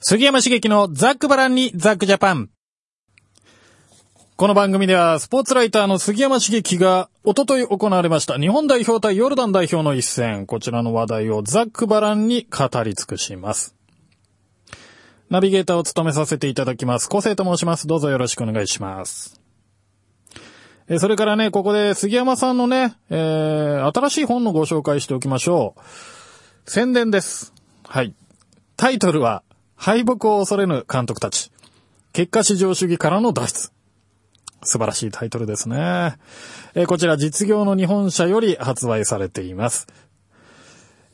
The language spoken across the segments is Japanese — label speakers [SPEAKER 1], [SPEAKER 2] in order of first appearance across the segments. [SPEAKER 1] 杉山茂樹のザックバランにザックジャパン。この番組では、スポーツライターの杉山茂樹が、おととい行われました、日本代表対ヨルダン代表の一戦、こちらの話題をザックバランに語り尽くします。ナビゲーターを務めさせていただきます。小生と申します。どうぞよろしくお願いします。えーそれからね、ここで杉山さんのね、えー、新しい本のご紹介しておきましょう。宣伝です。はい。タイトルは、敗北を恐れぬ監督たち。結果至上主義からの脱出。素晴らしいタイトルですね。えーこちら実業の日本社より発売されています。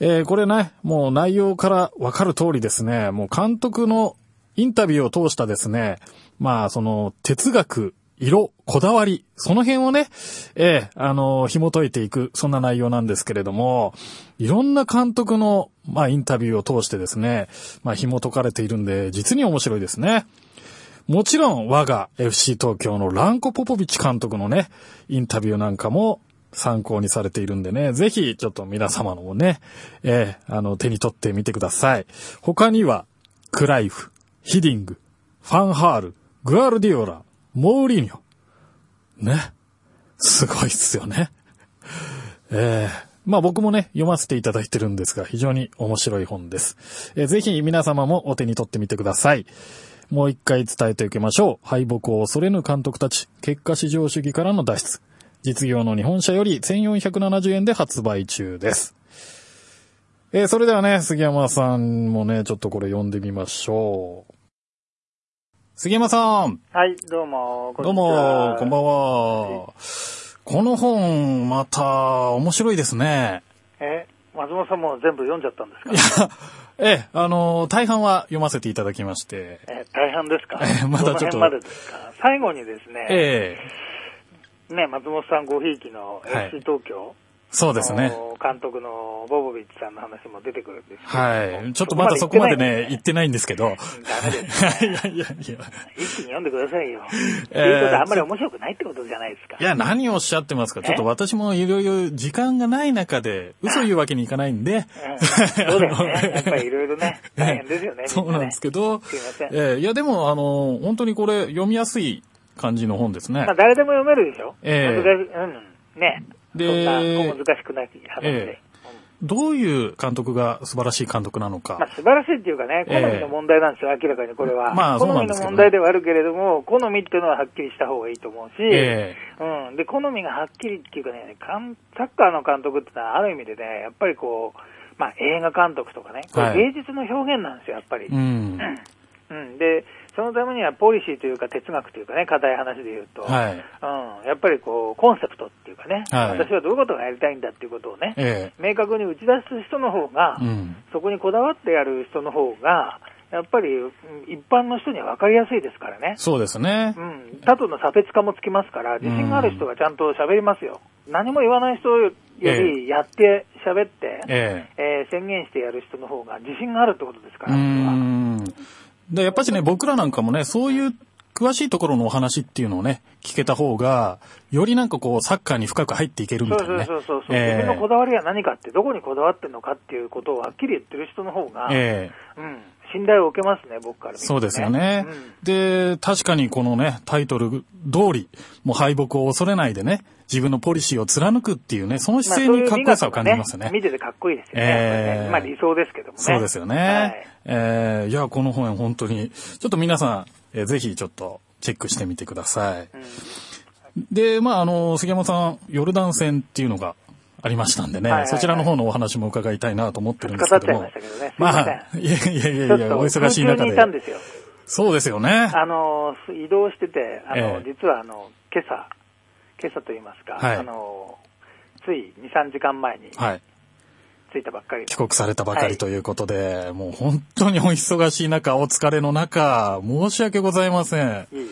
[SPEAKER 1] えーこれね、もう内容からわかる通りですね、もう監督のインタビューを通したですね、まあその哲学、色、こだわり、その辺をね、えーあの紐解いていく、そんな内容なんですけれども、いろんな監督の、まあインタビューを通してですね、まあ紐解かれているんで、実に面白いですね。もちろん我が FC 東京のランコ・ポポビッチ監督のね、インタビューなんかも参考にされているんでね、ぜひちょっと皆様のもね、えーあの、手に取ってみてください。他には、クライフ、ヒディング、ファンハール、グアルディオラ、モーリーニョ。ね。すごいっすよね。えーまあ僕もね、読ませていただいてるんですが、非常に面白い本です。えーぜひ皆様もお手に取ってみてください。もう一回伝えておきましょう。敗北を恐れぬ監督たち、結果至上主義からの脱出。実業の日本社より1470円で発売中です。えーそれではね、杉山さんもね、ちょっとこれ読んでみましょう。杉山さん
[SPEAKER 2] はい、どうも、
[SPEAKER 1] どうも、こんば
[SPEAKER 2] んは。
[SPEAKER 1] んは。この本、また、面白いですね。
[SPEAKER 2] え、松本さんも全部読んじゃったんですか
[SPEAKER 1] ええ、あの、大半は読ませていただきまして。
[SPEAKER 2] え、大半ですか
[SPEAKER 1] えまだちょっと
[SPEAKER 2] どの辺までですか最後にですね、
[SPEAKER 1] ええ、
[SPEAKER 2] ね、松本さんごひいきの
[SPEAKER 1] はい
[SPEAKER 2] FC 東京
[SPEAKER 1] そうですね。
[SPEAKER 2] の監督のボボビッチさんの話も出てくるんですけど
[SPEAKER 1] はい。ちょっとまだそこまでね、言ってないんですけど。
[SPEAKER 2] ダメです。
[SPEAKER 1] いやいやいや。
[SPEAKER 2] 一気に読んでくださいよ。
[SPEAKER 1] えー
[SPEAKER 2] っていうことはあんまり面白くないってことじゃないですか。
[SPEAKER 1] いや、何をおっしゃってますか。
[SPEAKER 2] え
[SPEAKER 1] ちょっと私もいろいろ時間がない中で、嘘言うわけにいかないんで。
[SPEAKER 2] うんそうだよ ね。やっぱりいろいろね、大変ですよね。
[SPEAKER 1] そうなんです
[SPEAKER 2] け
[SPEAKER 1] けど。
[SPEAKER 2] すいません
[SPEAKER 1] ええいや、でも、あの、本当にこれ、読みやすい感じの本ですね
[SPEAKER 2] まあ。誰でも読めるでしょ
[SPEAKER 1] ええ
[SPEAKER 2] 難しい、うん。ね。
[SPEAKER 1] で
[SPEAKER 2] そんな小難しくない話
[SPEAKER 1] え
[SPEAKER 2] で。うん
[SPEAKER 1] どういう監督が素晴らしい監督なの
[SPEAKER 2] まあ
[SPEAKER 1] か。、
[SPEAKER 2] 素晴らしいっていうかね、好
[SPEAKER 1] ええ
[SPEAKER 2] みの問題なんですよ、明らかにこれは。
[SPEAKER 1] まあ
[SPEAKER 2] 好
[SPEAKER 1] そうなんで
[SPEAKER 2] みの
[SPEAKER 1] すけど
[SPEAKER 2] 問題ではあるけれども、好みっていうのははっきりした方がいいと思うし、
[SPEAKER 1] え
[SPEAKER 2] うん。で、好みがはっきりっていうかね、監サッカーの監督ってのはある意味でね、やっぱりこう、まあ映画監督とかね、これ
[SPEAKER 1] はい
[SPEAKER 2] 芸術の表現なんですよ、やっぱり。
[SPEAKER 1] えうん。
[SPEAKER 2] うん。で、そのためにはポリシーというか哲学というかね、硬い話で言うと、
[SPEAKER 1] はい。
[SPEAKER 2] うん、やっぱりこう、コンセプトっていうかね、
[SPEAKER 1] はい
[SPEAKER 2] 私はどういうことがやりたいんだっていうことをね、
[SPEAKER 1] え
[SPEAKER 2] 明確に打ち出す人の方
[SPEAKER 1] え
[SPEAKER 2] が、
[SPEAKER 1] うん。
[SPEAKER 2] そこにこだわってやる人の方が、やっぱりうん一般の人には分かりやすいですからね。
[SPEAKER 1] そうですね
[SPEAKER 2] う。ん、他との差別化もつきますから、自信がある人がちゃんと喋りますよ。何も言わない人よ
[SPEAKER 1] え
[SPEAKER 2] り、やって、喋って、え
[SPEAKER 1] え
[SPEAKER 2] ー宣言してやる人の方が自信があるってことですか
[SPEAKER 1] えう
[SPEAKER 2] ら、それは
[SPEAKER 1] ん。で、やっぱりね、僕らなんかもね、そういう詳しいところのお話っていうのをね、聞けた方が、よりなんかこう、サッカーに深く入っていけるみ
[SPEAKER 2] そう
[SPEAKER 1] たいな
[SPEAKER 2] そう
[SPEAKER 1] ね。
[SPEAKER 2] そうそう、
[SPEAKER 1] え
[SPEAKER 2] 自分のこだわりは何かって、どこにこだわってるのかっていうことをはっきり言ってる人の方が、
[SPEAKER 1] ええ
[SPEAKER 2] うん、信頼を受けますね、僕から見ると、
[SPEAKER 1] そうですよね、
[SPEAKER 2] うん
[SPEAKER 1] で、確かにこのね、タイトル通り、もう敗北を恐れないでね、自分のポリシーを貫くっていうね、その姿勢にかっこよさを感じますね。
[SPEAKER 2] あそういう美学も見ててかっこいいですよね。
[SPEAKER 1] えー
[SPEAKER 2] やっぱりねまあ理想ですけどもね。
[SPEAKER 1] そうですよね。
[SPEAKER 2] はい
[SPEAKER 1] えーいや、この本本当に、ちょっと皆さん、えーぜひちょっとチェックしてみてください。
[SPEAKER 2] うん
[SPEAKER 1] で、まあ、あの、杉山さん、ヨルダン戦っていうのがありましたんでね、
[SPEAKER 2] はいはいはい
[SPEAKER 1] そちらの方のお話も伺いたいなと思ってるんです
[SPEAKER 2] 語
[SPEAKER 1] け
[SPEAKER 2] っ
[SPEAKER 1] ど
[SPEAKER 2] ち
[SPEAKER 1] も
[SPEAKER 2] ゃいました。けどね。
[SPEAKER 1] ます
[SPEAKER 2] い
[SPEAKER 1] あ、いやいやい
[SPEAKER 2] せん
[SPEAKER 1] やいや、お
[SPEAKER 2] ち
[SPEAKER 1] 忙
[SPEAKER 2] ょっと
[SPEAKER 1] しい中
[SPEAKER 2] 空中に
[SPEAKER 1] で
[SPEAKER 2] いた。んですよ。
[SPEAKER 1] そうですよね。
[SPEAKER 2] あの、移動してて、あの、
[SPEAKER 1] ええ
[SPEAKER 2] 実はあの、今朝、今朝と言いますか、
[SPEAKER 1] はい
[SPEAKER 2] あの、つい2、3時間前に
[SPEAKER 1] はい。
[SPEAKER 2] 着いたばっかりの
[SPEAKER 1] 帰国されたばかりということで、もう本当にお忙しい中、お疲れの中、申し訳ございません。
[SPEAKER 2] いい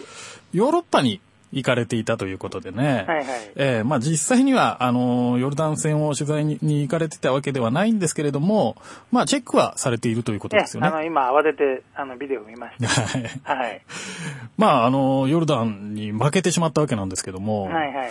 [SPEAKER 1] ヨーロッパに行かれていたということでね。
[SPEAKER 2] はいはい。
[SPEAKER 1] えーまあ実際には、あの、ヨルダン戦を取材にに行かれてたわけではないんですけれども、まあチェックはされているということ
[SPEAKER 2] ね
[SPEAKER 1] ですよ
[SPEAKER 2] あ
[SPEAKER 1] ね。
[SPEAKER 2] の、今慌てて、あの、ビデオ見ました。
[SPEAKER 1] はい。
[SPEAKER 2] はい。
[SPEAKER 1] まああの、ヨルダンに負けてしまったわけなんですけども、
[SPEAKER 2] はいはい。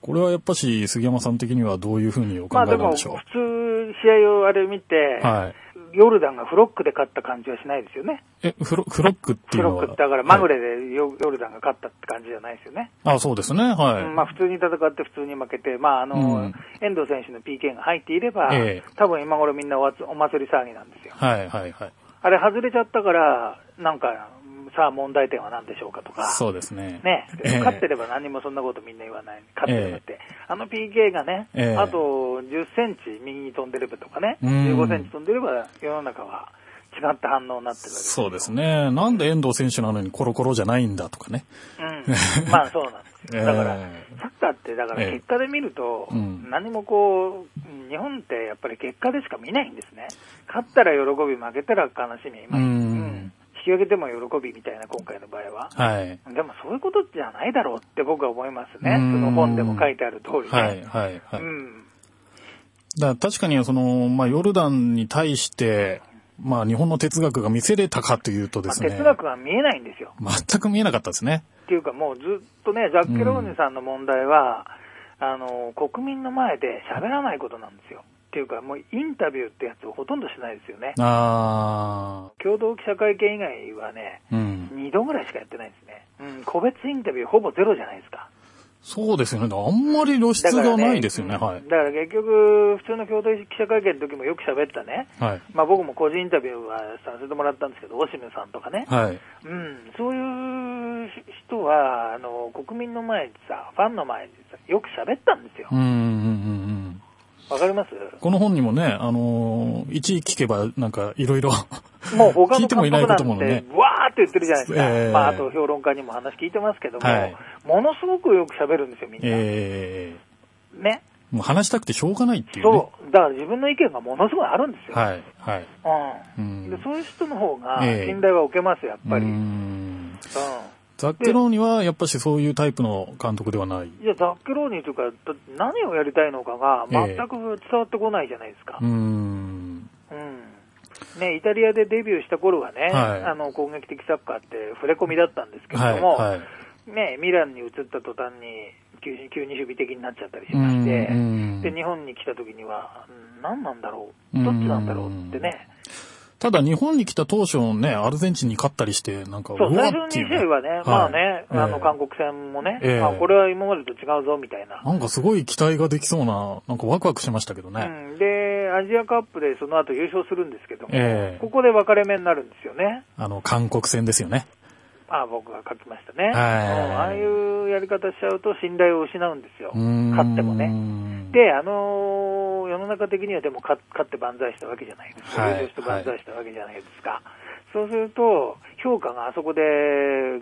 [SPEAKER 1] これはやっぱし杉山さん的にはどういうふうにお考
[SPEAKER 2] まあ
[SPEAKER 1] え
[SPEAKER 2] で
[SPEAKER 1] なん
[SPEAKER 2] も、
[SPEAKER 1] で
[SPEAKER 2] 普
[SPEAKER 1] しょ
[SPEAKER 2] 通、試合をあれ見て
[SPEAKER 1] う。、はい。
[SPEAKER 2] ヨルダンがフロックで勝った感じはしないですよね。
[SPEAKER 1] え、フロ、フロックってい
[SPEAKER 2] フ
[SPEAKER 1] うの
[SPEAKER 2] ロ
[SPEAKER 1] は
[SPEAKER 2] ックってだからまぐれでヨ,、ヨルダンが勝ったって感じじゃないですよね。
[SPEAKER 1] はいあ、そうですね。はい。
[SPEAKER 2] うんまあ普通に戦って普通に負けて、まああの、
[SPEAKER 1] うん
[SPEAKER 2] 遠藤選手の PK が入っていれば、
[SPEAKER 1] ええ
[SPEAKER 2] 多分今頃みんなおわつお祭り騒ぎなんですよ。
[SPEAKER 1] はい、はい、はい。
[SPEAKER 2] あれ外れちゃったから、なんか、さあ問題点は何でしょうかとか。
[SPEAKER 1] そうですね。
[SPEAKER 2] ね、
[SPEAKER 1] ええ
[SPEAKER 2] 勝ってれば何もそんなことみんな言わない、勝ってればって、あの PK がね、
[SPEAKER 1] ええ
[SPEAKER 2] あと10センチ右に飛んでればとかね、
[SPEAKER 1] うん
[SPEAKER 2] 15センチ飛んでれば、世の中は違った反応になってるわけですよ
[SPEAKER 1] そうですね。なんで遠藤選手なのにコロコロじゃないんだとかね。
[SPEAKER 2] うん、まあそうなんですよ、だか ら、
[SPEAKER 1] え
[SPEAKER 2] サッカーって、だか
[SPEAKER 1] え
[SPEAKER 2] ら
[SPEAKER 1] え
[SPEAKER 2] 結果で見ると、
[SPEAKER 1] うん
[SPEAKER 2] 何もこう、日本ってやっぱり結果でしか見ないんですね、勝ったら喜び、負けたら悲しみ、まあ
[SPEAKER 1] うん
[SPEAKER 2] うん引き分けても喜びみたいな、今回の場合は。
[SPEAKER 1] はい。
[SPEAKER 2] でもそういうことじゃないだろうって僕は思いますね、
[SPEAKER 1] う
[SPEAKER 2] そ
[SPEAKER 1] ん
[SPEAKER 2] の本でも書いてある通りね。
[SPEAKER 1] はい、はい、は
[SPEAKER 2] う
[SPEAKER 1] い。
[SPEAKER 2] ん
[SPEAKER 1] だから確かにその、まあ、ヨルダンに対して、まあ、日本の哲学が見せれたかというとで
[SPEAKER 2] まあ、
[SPEAKER 1] すね。
[SPEAKER 2] 哲学は見えないんですよ。
[SPEAKER 1] 全く見えなかったですね。
[SPEAKER 2] っていうかもうずっとね、ジャッケローニさんの問題は、あの、国民の前で喋らないことなんですよ。っていうかもうインタビューってやつをほとんどしないですよね。
[SPEAKER 1] あ
[SPEAKER 2] 共同記者会見以外はね、
[SPEAKER 1] あ、うん。
[SPEAKER 2] 2度ぐらいしかやってないですね。うん、個別インタビューほぼゼロじゃないですか。
[SPEAKER 1] そうですよね。あんまり露出
[SPEAKER 2] だから
[SPEAKER 1] が
[SPEAKER 2] ね
[SPEAKER 1] ないですよね。
[SPEAKER 2] うん
[SPEAKER 1] はい
[SPEAKER 2] だ。から結局、普通の共同記者会見の時もよく喋ったね、
[SPEAKER 1] はい。
[SPEAKER 2] まあ僕も個人インタビューはさせてもらったんですけど、オシムさんとかね、
[SPEAKER 1] はい。
[SPEAKER 2] うん、そういう人はあの国民の前でさ、ファンの前でさ、よく喋ったんですよ
[SPEAKER 1] う。ん、うん、うんうん。
[SPEAKER 2] わかります
[SPEAKER 1] この本にもね、あのー一位聞けば、なんか、いろいろ。
[SPEAKER 2] もう他
[SPEAKER 1] 聞
[SPEAKER 2] の
[SPEAKER 1] いてもい
[SPEAKER 2] 監
[SPEAKER 1] ない
[SPEAKER 2] 督
[SPEAKER 1] こ
[SPEAKER 2] なん
[SPEAKER 1] とも
[SPEAKER 2] て、
[SPEAKER 1] ね
[SPEAKER 2] わーって言ってるじゃないですか。
[SPEAKER 1] ええ
[SPEAKER 2] まあ、あと評論家にも話聞いてますけども、
[SPEAKER 1] はい
[SPEAKER 2] ものすごくよく喋るんですよ、みん な。
[SPEAKER 1] え
[SPEAKER 2] ね。
[SPEAKER 1] えもう話したくてしょうがないっていう、ね。
[SPEAKER 2] そう。だから自分の意見がものすごいあるんですよ。
[SPEAKER 1] はい、はい。う
[SPEAKER 2] うん
[SPEAKER 1] ん
[SPEAKER 2] で。そういう人の方が
[SPEAKER 1] ええ
[SPEAKER 2] 信頼は受けますよ、やっぱり。
[SPEAKER 1] う
[SPEAKER 2] うん
[SPEAKER 1] んザッケローニは、やっぱしそういうタイプの監督ではない。
[SPEAKER 2] いや、ザッケローニというか、だ何をやりたいのかが全く伝わってこないじゃないですか。
[SPEAKER 1] うん。
[SPEAKER 2] うんね、イタリアでデビューした頃はね、
[SPEAKER 1] はい
[SPEAKER 2] あの攻撃的サッカーって触れ込みだったんですけれ
[SPEAKER 1] は
[SPEAKER 2] ど
[SPEAKER 1] い、
[SPEAKER 2] も、
[SPEAKER 1] はい。
[SPEAKER 2] ね、ミランに移った途端に急に急に守備的になっちゃったりし
[SPEAKER 1] う
[SPEAKER 2] ま
[SPEAKER 1] ん
[SPEAKER 2] して、
[SPEAKER 1] うん
[SPEAKER 2] で日本に来た時には、うん何なんだろう、どっちなんだろうってね、
[SPEAKER 1] ただ日本に来た当初ね、アルゼンチンに勝ったりして、なんか、
[SPEAKER 2] そう
[SPEAKER 1] わ
[SPEAKER 2] 最
[SPEAKER 1] っ
[SPEAKER 2] 初
[SPEAKER 1] てい
[SPEAKER 2] の
[SPEAKER 1] う
[SPEAKER 2] 2
[SPEAKER 1] ね
[SPEAKER 2] 試合はね、まあね、あの韓
[SPEAKER 1] え
[SPEAKER 2] 国戦もね、
[SPEAKER 1] ええ
[SPEAKER 2] あ、これは今までと違うぞみたいな
[SPEAKER 1] え。なんかすごい期待ができそうな、なんかワクワクしましたけど
[SPEAKER 2] う
[SPEAKER 1] ね。
[SPEAKER 2] ん、で、アジアカップでその後優勝するんですけども、
[SPEAKER 1] ええ
[SPEAKER 2] ここで分かれ目になるんですよね。
[SPEAKER 1] あの、韓国戦ですよね。
[SPEAKER 2] あ僕が書きました
[SPEAKER 1] い
[SPEAKER 2] ね、うんああいうやり方しちゃうと信頼を失うんですよ、
[SPEAKER 1] うん
[SPEAKER 2] 勝ってもね。。で、あのー世の中的にはでも勝勝って万歳したわけじゃないですか、
[SPEAKER 1] はい
[SPEAKER 2] 優勝して万歳したわけじゃないですか、そうすると、評価があそこで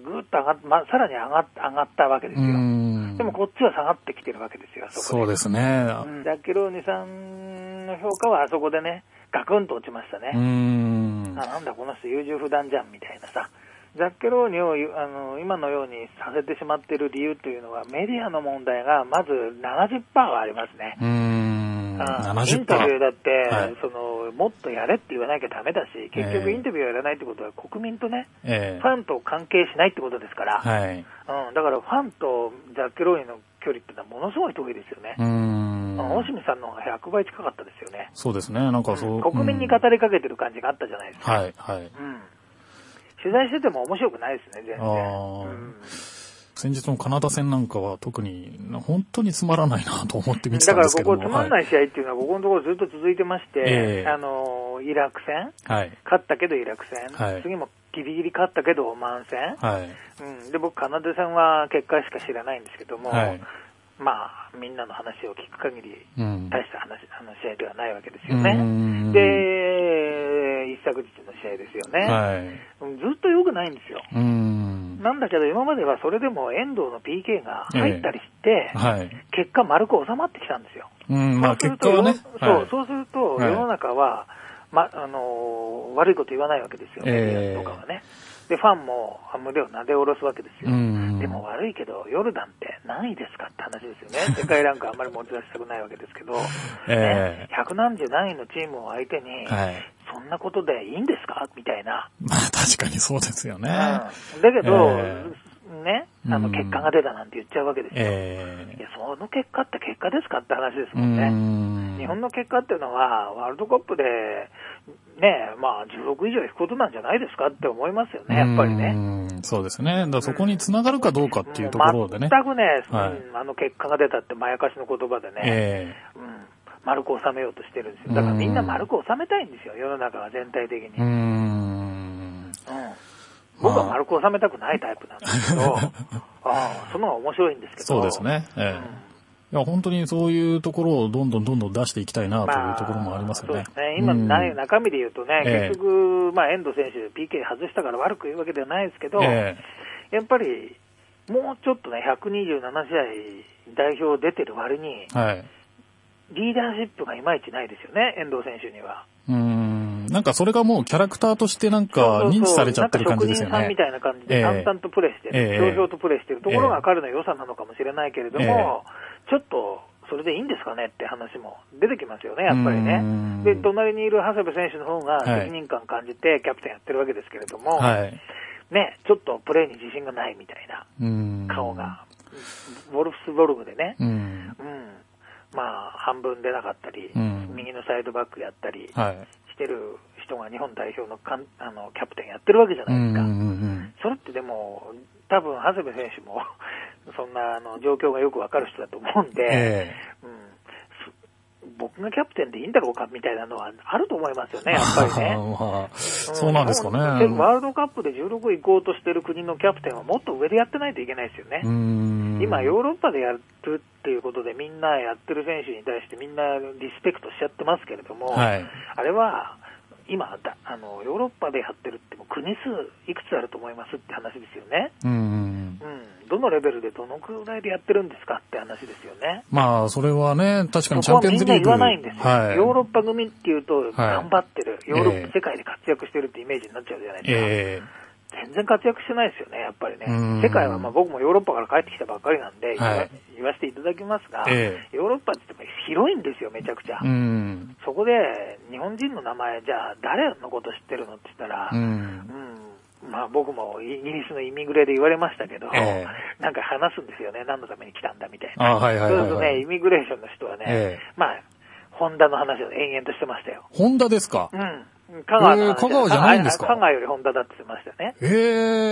[SPEAKER 2] ぐっと上がっ、ま、さらに上がっ上がったわけです
[SPEAKER 1] う
[SPEAKER 2] よ、
[SPEAKER 1] ん。
[SPEAKER 2] でもこっちは下がってきてるわけですよ、あそ
[SPEAKER 1] そ
[SPEAKER 2] こ
[SPEAKER 1] う
[SPEAKER 2] で。
[SPEAKER 1] ですね。
[SPEAKER 2] うんジャッケローニさんの評価はあそこでね、ガクンと落ちましたね。
[SPEAKER 1] うん
[SPEAKER 2] あ。なんだこの人優柔不断じゃんみたいなさザッケローニをあの今のようにさせてしまっている理由というのはメディアの問題がまず70%はありますね、
[SPEAKER 1] うん。
[SPEAKER 2] あ
[SPEAKER 1] 70%。
[SPEAKER 2] インタビューだって、
[SPEAKER 1] はい
[SPEAKER 2] そのもっとやれって言わなきゃダメだし結局
[SPEAKER 1] ええ
[SPEAKER 2] インタビューをやらないってことは国民とね、
[SPEAKER 1] ええ
[SPEAKER 2] ファンと関係しないってことですから、
[SPEAKER 1] はい。
[SPEAKER 2] うん、だからファンとザッケローニの距離ってのはものすごい遠いですよね、
[SPEAKER 1] うん
[SPEAKER 2] あ。のオシムさんの方が100倍近かったですよね、
[SPEAKER 1] そうですね。なんかそう。
[SPEAKER 2] 国民に語りかけてる感じがあったじゃないですか
[SPEAKER 1] うんはい、はい。
[SPEAKER 2] うん取材してても面白くないですね、全然。
[SPEAKER 1] あー
[SPEAKER 2] うん
[SPEAKER 1] 先日のカナダ戦なんかは特に、本当につまらないなと思って見てた
[SPEAKER 2] だ
[SPEAKER 1] ん
[SPEAKER 2] か
[SPEAKER 1] で
[SPEAKER 2] ら
[SPEAKER 1] すけ
[SPEAKER 2] こ
[SPEAKER 1] ども。
[SPEAKER 2] こ、つまんない試合っていうのは、ここのところずっと続いてまして、
[SPEAKER 1] ええ
[SPEAKER 2] あのイラク戦、
[SPEAKER 1] はい。
[SPEAKER 2] 勝ったけどイラク戦、
[SPEAKER 1] はい
[SPEAKER 2] 次もギリギリ勝ったけどオマーン戦、
[SPEAKER 1] はい。はい。
[SPEAKER 2] うん、で僕、カナダ戦は結果しか知らないんですけども、
[SPEAKER 1] はい
[SPEAKER 2] まあ、みんなの話を聞く限り、
[SPEAKER 1] うん。
[SPEAKER 2] 大した話あの試合ではないわけです
[SPEAKER 1] う
[SPEAKER 2] よね。
[SPEAKER 1] ん
[SPEAKER 2] で、一昨日の試合ですよね、
[SPEAKER 1] はい。
[SPEAKER 2] うんずっと良くないんですよ。
[SPEAKER 1] うん。
[SPEAKER 2] なんだけど、今まではそれでも遠藤の PK が入ったりして、
[SPEAKER 1] はい。
[SPEAKER 2] 結果、丸く収まってきたんですよ。
[SPEAKER 1] うん、まあ
[SPEAKER 2] そ
[SPEAKER 1] 結
[SPEAKER 2] うすると
[SPEAKER 1] 果はね。
[SPEAKER 2] そう、
[SPEAKER 1] はい
[SPEAKER 2] そうすると、
[SPEAKER 1] はい
[SPEAKER 2] 世の中は、まあのー悪いこと言わないわけですよ、
[SPEAKER 1] ええ
[SPEAKER 2] メディアとかはね。で、ファンも胸を撫で下ろすわけですよ。
[SPEAKER 1] うん
[SPEAKER 2] でも悪いけど、ヨルダンって何位ですかって話ですよね。世 界ランクあんまり持ち出したくないわけですけど、
[SPEAKER 1] え
[SPEAKER 2] ね、100何十何位のチームを相手に、
[SPEAKER 1] はい。
[SPEAKER 2] そんなことでいいんですかみたいな。
[SPEAKER 1] まあ確かにそうですよね。
[SPEAKER 2] うんだけど、
[SPEAKER 1] え
[SPEAKER 2] ね、あの
[SPEAKER 1] うん
[SPEAKER 2] 結果が出たなんて言っちゃうわけですよ。
[SPEAKER 1] え
[SPEAKER 2] いや、その結果って結果ですかって話です
[SPEAKER 1] えう
[SPEAKER 2] もんね。
[SPEAKER 1] ん。
[SPEAKER 2] 日本の結果っていうのは、ワールドカップでね、まあ、16以上引くことなんじゃないですかって思いますよね、やっぱりね。
[SPEAKER 1] ね。そうですね。だからそこに繋がるかどうかっていうところでね。
[SPEAKER 2] もう全くね、
[SPEAKER 1] はい
[SPEAKER 2] うんあの結果が出たってまやかしの言葉でね、
[SPEAKER 1] え
[SPEAKER 2] うん、丸く収めようとしてるんですよ。だからみんな丸く収めたいんですよ、世の中が全体的に。
[SPEAKER 1] えうーん。
[SPEAKER 2] うん僕は丸く収めたくないタイプなんですけ ど、ああその方が面白いんですけど。
[SPEAKER 1] そうですね。ええいや、本当にそういうところをどんどんどんどん出していきたいなというところもありますよね。
[SPEAKER 2] そうですね。今、な
[SPEAKER 1] うん
[SPEAKER 2] 中身で言うとね、
[SPEAKER 1] ええ
[SPEAKER 2] 結局、まあ、遠藤選手、PK 外したから悪く言うわけではないですけど、
[SPEAKER 1] え
[SPEAKER 2] やっぱり、もうちょっとね、127試合代表出てる割に、
[SPEAKER 1] えはい。
[SPEAKER 2] リーダーシップがいまいちないですよね、遠藤選手には。
[SPEAKER 1] うーん。なんかそれがもうキャラクターとしてなんか
[SPEAKER 2] そうそうそう
[SPEAKER 1] 認知されちゃってる感じですよ
[SPEAKER 2] な
[SPEAKER 1] ね
[SPEAKER 2] んか職人さんみ。たいな感じ
[SPEAKER 1] え
[SPEAKER 2] で
[SPEAKER 1] え
[SPEAKER 2] 淡々とプレーして
[SPEAKER 1] ええ
[SPEAKER 2] る、表情とプレーしてるところ
[SPEAKER 1] ええ
[SPEAKER 2] が彼の良さなのかもしれないけれども、ちょっとそれでいいんですかねって話も出てきますよね、やっぱり
[SPEAKER 1] うー
[SPEAKER 2] ね
[SPEAKER 1] ん。
[SPEAKER 2] で、隣にいる長谷部選手の方が
[SPEAKER 1] はい
[SPEAKER 2] 責任感感じてキャプテンやってるわけですけれども、
[SPEAKER 1] はい。
[SPEAKER 2] ね、ちょっとプレーに自信がないみたいな
[SPEAKER 1] うーん。
[SPEAKER 2] 顔。が、ウォルフスボルグでね、
[SPEAKER 1] うん。
[SPEAKER 2] うん、まあ、半分出なかったり、
[SPEAKER 1] うん
[SPEAKER 2] 右のサイドバックやったり
[SPEAKER 1] はい。
[SPEAKER 2] してる人が日本代表のかんあのキャプテンやってるわけじゃ
[SPEAKER 1] う
[SPEAKER 2] ないで
[SPEAKER 1] ん
[SPEAKER 2] す
[SPEAKER 1] う
[SPEAKER 2] か。
[SPEAKER 1] んうん。
[SPEAKER 2] それってでも、多分長谷部選手も、 そんなあの状況がよくわかる人だと思うんで、
[SPEAKER 1] え
[SPEAKER 2] うんす僕がキャプテンでいいんだろうかみたいなのはあると思いますよ ね、やっぱりね。うん
[SPEAKER 1] まあそうなんですかね。
[SPEAKER 2] でもワールドカップで16位行こうとしてる国のキャプテンはもっと上でやってないといけないですよね。今、
[SPEAKER 1] 今
[SPEAKER 2] ヨーロッパでやるっていうことで、みんなやってる選手に対して、みんなリスペクトしちゃってますけれども、
[SPEAKER 1] はい。
[SPEAKER 2] あれは、今だあの、ヨーロッパでやってるって、もう国数いくつあると思いますって話ですよね。
[SPEAKER 1] うん。
[SPEAKER 2] うん、どのレベルでどのくらいでやってるんですかって話ですよね。
[SPEAKER 1] まあ、それはね、確かにチャ
[SPEAKER 2] そこ
[SPEAKER 1] ン
[SPEAKER 2] は
[SPEAKER 1] ピオン
[SPEAKER 2] み
[SPEAKER 1] ズ
[SPEAKER 2] ん
[SPEAKER 1] リ
[SPEAKER 2] な
[SPEAKER 1] ー
[SPEAKER 2] 言
[SPEAKER 1] グ。
[SPEAKER 2] わないんですよ。
[SPEAKER 1] はい。
[SPEAKER 2] ヨーロッパ組っていうと、
[SPEAKER 1] はい
[SPEAKER 2] 頑張ってる、ヨーロッ
[SPEAKER 1] ええ
[SPEAKER 2] パ、世界で活躍してるってイメージになっちゃうじゃないですか。
[SPEAKER 1] え
[SPEAKER 2] 全然活躍してないですよね、やっぱりね
[SPEAKER 1] うん。
[SPEAKER 2] 世界は、まあ、僕もヨーロッパから帰ってきたばっかりなんで、言わ
[SPEAKER 1] はい
[SPEAKER 2] 言わせていただきますが、
[SPEAKER 1] え
[SPEAKER 2] ヨーロッパって言っても広いんですよ、めちゃくちゃ。
[SPEAKER 1] えうん。
[SPEAKER 2] そこで、日本人の名前、じゃあ、誰のこと知ってるのって言ったら、
[SPEAKER 1] うん。
[SPEAKER 2] うんまあ僕もイギリスのイミグレで言われましたけど、
[SPEAKER 1] え
[SPEAKER 2] なんか話すんですよね、何のために来たんだみたいな。
[SPEAKER 1] あはいはいはい、
[SPEAKER 2] そうすると
[SPEAKER 1] は
[SPEAKER 2] ね、イ
[SPEAKER 1] い。
[SPEAKER 2] ミグレーションの人はね、
[SPEAKER 1] ええ
[SPEAKER 2] まあ、ホンダの話を延々としてましたよ。
[SPEAKER 1] ホンダですか
[SPEAKER 2] うん。香川の話
[SPEAKER 1] ええ香川じゃないんですか
[SPEAKER 2] 香川よりホンダだって言ってましたね。
[SPEAKER 1] ええ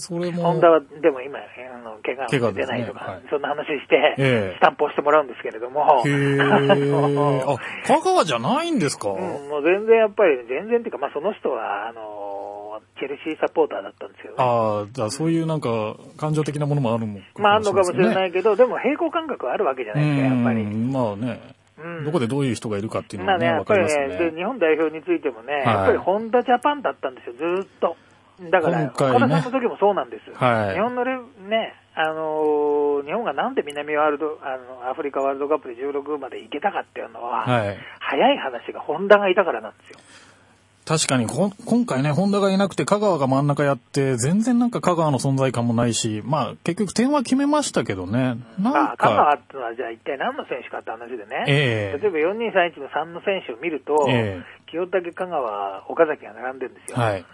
[SPEAKER 1] それも。
[SPEAKER 2] ホンダは、でも今、あの怪
[SPEAKER 1] 怪
[SPEAKER 2] 我
[SPEAKER 1] 我
[SPEAKER 2] が
[SPEAKER 1] で
[SPEAKER 2] 出
[SPEAKER 1] すね
[SPEAKER 2] ないとか、
[SPEAKER 1] はい
[SPEAKER 2] そんな話して、
[SPEAKER 1] ええ
[SPEAKER 2] スタンプをしてもらうんですけれども、
[SPEAKER 1] へ え。あ、香川じゃないんですか、
[SPEAKER 2] うん、もう全然やっぱり、全然っていうか、まあその人は、あの、チェルシーサポーターだったんですけどね、
[SPEAKER 1] ああ、じゃあそういうなんか、感情的なものもあるもん、
[SPEAKER 2] まあ、あるのかもしれ
[SPEAKER 1] い
[SPEAKER 2] ないけど、でも平行感覚はあるわけじゃ
[SPEAKER 1] う
[SPEAKER 2] ないですか、やっぱり。
[SPEAKER 1] ん。まあね、
[SPEAKER 2] うん
[SPEAKER 1] どこでどういう人がいるかっていうの
[SPEAKER 2] ま
[SPEAKER 1] は
[SPEAKER 2] あね、
[SPEAKER 1] ね、
[SPEAKER 2] や
[SPEAKER 1] わ、
[SPEAKER 2] っ
[SPEAKER 1] か
[SPEAKER 2] ぱ
[SPEAKER 1] り
[SPEAKER 2] り
[SPEAKER 1] ます
[SPEAKER 2] ねで
[SPEAKER 1] ね。
[SPEAKER 2] 日本代表についてもね、
[SPEAKER 1] い
[SPEAKER 2] やっぱりホンダジャパンだったんですよ、ずーっと。だから、
[SPEAKER 1] 今回ね
[SPEAKER 2] 岡田さんの時もそうなんです。
[SPEAKER 1] はい
[SPEAKER 2] 日本のレね、あのー日本がなんで南ワールド、あの、アフリカワールドカップで16まで行けたかっていうのは、
[SPEAKER 1] はい。
[SPEAKER 2] 早い話がホンダがいたからなんですよ。
[SPEAKER 1] 確かにこん、今回ね、ホンダがいなくて香川が真ん中やって、全然なんか香川の存在感もないし、まあ結局点は決めましたけどね。
[SPEAKER 2] ま
[SPEAKER 1] な
[SPEAKER 2] あ、
[SPEAKER 1] ん
[SPEAKER 2] 香川
[SPEAKER 1] か、
[SPEAKER 2] ってのはじゃあ一体何の選手かって話でね、
[SPEAKER 1] え
[SPEAKER 2] 例えば4231の3の選手を見ると、
[SPEAKER 1] ええ
[SPEAKER 2] 清武、香川、岡崎が並んでるんですよ。
[SPEAKER 1] はい。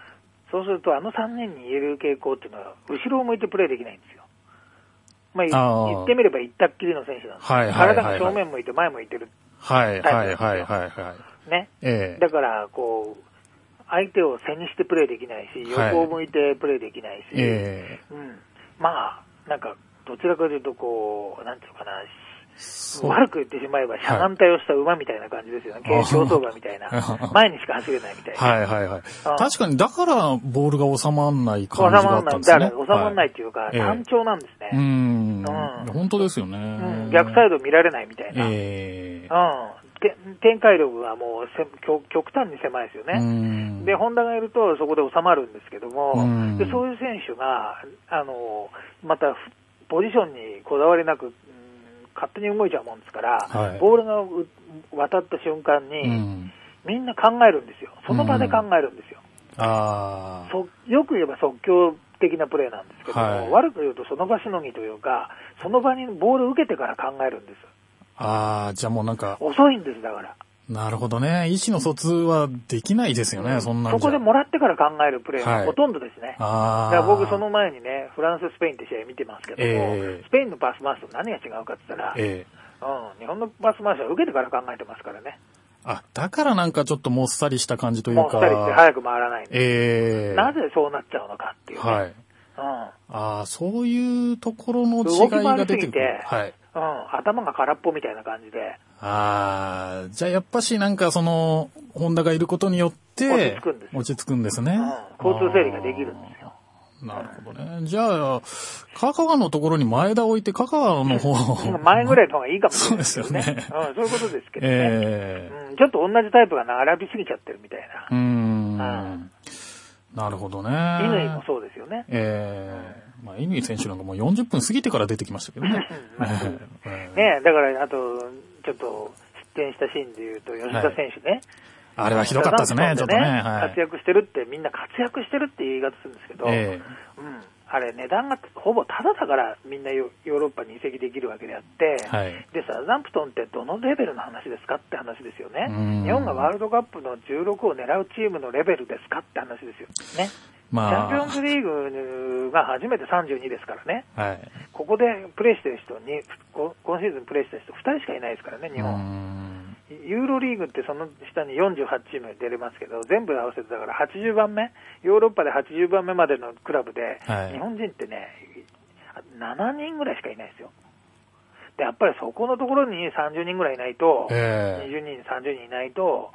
[SPEAKER 2] そうすると、あの3年に言える傾向っていうのは、後ろを向いてプレーできないんですよ。まあ、い
[SPEAKER 1] あー
[SPEAKER 2] 言ってみれば、行ったっきりの選手なんです、
[SPEAKER 1] はいはいはいはい
[SPEAKER 2] 体が正面向いて前向いてる。
[SPEAKER 1] はい、はい、はい、はい、はい。
[SPEAKER 2] ね。
[SPEAKER 1] ええ
[SPEAKER 2] だから、こう、相手を背にしてプレーできないし、
[SPEAKER 1] はい
[SPEAKER 2] 横を向いてプレーできないし、
[SPEAKER 1] え
[SPEAKER 2] うん。まあ、なんか、どちらかというと、こう、なんていうのかな、
[SPEAKER 1] そう
[SPEAKER 2] 悪く言ってしまえば、しゃがんたをした馬みたいな感じですよね。
[SPEAKER 1] あー。
[SPEAKER 2] 競走馬みたいな 前にしか走れないみたいな。
[SPEAKER 1] はい、はい、はい。
[SPEAKER 2] あ
[SPEAKER 1] 確かに、だから、ボールが収まんない
[SPEAKER 2] 収
[SPEAKER 1] 感
[SPEAKER 2] ま
[SPEAKER 1] じがあ
[SPEAKER 2] ら
[SPEAKER 1] っ
[SPEAKER 2] な
[SPEAKER 1] たん
[SPEAKER 2] い、だ
[SPEAKER 1] ですね。
[SPEAKER 2] から収まらないっていうか、
[SPEAKER 1] ええ
[SPEAKER 2] 単調なんですね。
[SPEAKER 1] うーん
[SPEAKER 2] う。ん
[SPEAKER 1] 本当ですよね。
[SPEAKER 2] うん逆サ
[SPEAKER 1] イ
[SPEAKER 2] イド見られないみたいな。
[SPEAKER 1] ええ
[SPEAKER 2] うんて展開力はもうせ極極端に狭いですよ
[SPEAKER 1] うー
[SPEAKER 2] ね。
[SPEAKER 1] ん
[SPEAKER 2] で、ホンダがいるとそこで収まるんですけども
[SPEAKER 1] うん、
[SPEAKER 2] でそういう選手が、あの、またふポジションにこだわりなく、うん勝手に動いちゃうもんですから、
[SPEAKER 1] はい
[SPEAKER 2] ボールがう渡った瞬間
[SPEAKER 1] う
[SPEAKER 2] に、
[SPEAKER 1] ん。
[SPEAKER 2] みんな考えるんですよ。その場で考えるんですよ。
[SPEAKER 1] ああ。
[SPEAKER 2] そよく言えば即興的なプレーなんですけども、
[SPEAKER 1] はい
[SPEAKER 2] 悪く言うとその場しのぎというか、その場にボールを受けてから考えるんです。
[SPEAKER 1] ああ、じゃあもうなんか、
[SPEAKER 2] 遅いんです、だから。
[SPEAKER 1] なるほどね。意思の疎通はできないですよね、そんなんじゃ。
[SPEAKER 2] こでもらってから考えるプレー
[SPEAKER 1] は
[SPEAKER 2] が
[SPEAKER 1] い
[SPEAKER 2] ほとんどですね。
[SPEAKER 1] ああ。
[SPEAKER 2] だから僕、その、前にね、フランス、スペインって試合見てますけども、
[SPEAKER 1] ええ
[SPEAKER 2] スペインのパス回しと何が違うかって言ったら、
[SPEAKER 1] ええ
[SPEAKER 2] うん、日本のパス回しは受けてから考えてますからね。
[SPEAKER 1] あ、だからなんかちょっともっさりした感じというか。
[SPEAKER 2] もうしたりして早く回らないんで、
[SPEAKER 1] ええ
[SPEAKER 2] なぜそうなっちゃうのかっていうね、
[SPEAKER 1] はい。
[SPEAKER 2] うん
[SPEAKER 1] ああ、そういうところの違いが出て
[SPEAKER 2] 動き
[SPEAKER 1] くる
[SPEAKER 2] 回り。すぎて
[SPEAKER 1] はい。
[SPEAKER 2] うん、頭が空っぽみたいな感じで、
[SPEAKER 1] ああ、じゃあやっぱしなんかその、ホンダがいることによって
[SPEAKER 2] 落ち着くんです、よ
[SPEAKER 1] 落ち着くんですね
[SPEAKER 2] うん。、交通整理ができるんですよ。
[SPEAKER 1] あーなるほどね。じゃあ、香川のところに前田を置いて、香川の方を。
[SPEAKER 2] 前ぐらいの方がいいかもしれない
[SPEAKER 1] そうですよ
[SPEAKER 2] うん、そういうことですけどね、
[SPEAKER 1] ええ
[SPEAKER 2] うん。ちょっと同じタイプが並びすぎちゃってるみたいな。
[SPEAKER 1] うーん
[SPEAKER 2] は。
[SPEAKER 1] なるほどね。
[SPEAKER 2] 乾もそうですよね。
[SPEAKER 1] ええまあ、乾選手なんかもう40分過ぎてから出てきましたけど ね。ええ
[SPEAKER 2] ねだから、あと、ちょっと、失点したシーンで言うと、吉田選手ね。
[SPEAKER 1] あれはひどかったですね、ちょっとね。はい
[SPEAKER 2] 活。躍してるって、みんな活躍してるって言い方するんですけど、
[SPEAKER 1] え
[SPEAKER 2] うん。あれ、値段がほぼタダだから、みんなヨヨーロッパに移籍できるわけであって、
[SPEAKER 1] えはい。
[SPEAKER 2] で、サザンプトンってどのレベルの話ですかって話ですよね
[SPEAKER 1] うん。
[SPEAKER 2] 日本がワールドカップの16を狙うチームのレベルですかって話ですよ。ね。チャンピオ
[SPEAKER 1] ま
[SPEAKER 2] ンズリーグが初めて32ですからね。
[SPEAKER 1] あ、はい。
[SPEAKER 2] ここでプレーしてる人に、こ今シーズンプレーした人2人しかいないですからね、
[SPEAKER 1] う
[SPEAKER 2] 日
[SPEAKER 1] ー
[SPEAKER 2] 本。
[SPEAKER 1] ん。
[SPEAKER 2] ユーロリーグってその下に48チーム出れますけど、全部合わせてだから80番目、ヨーロッパで80番目までのクラブで、
[SPEAKER 1] はい
[SPEAKER 2] 日本人ってね、7人ぐらいしかいないですよ。で、やっぱりそこのところに30人ぐらいいないと、
[SPEAKER 1] ええ
[SPEAKER 2] 20人、30人いないと、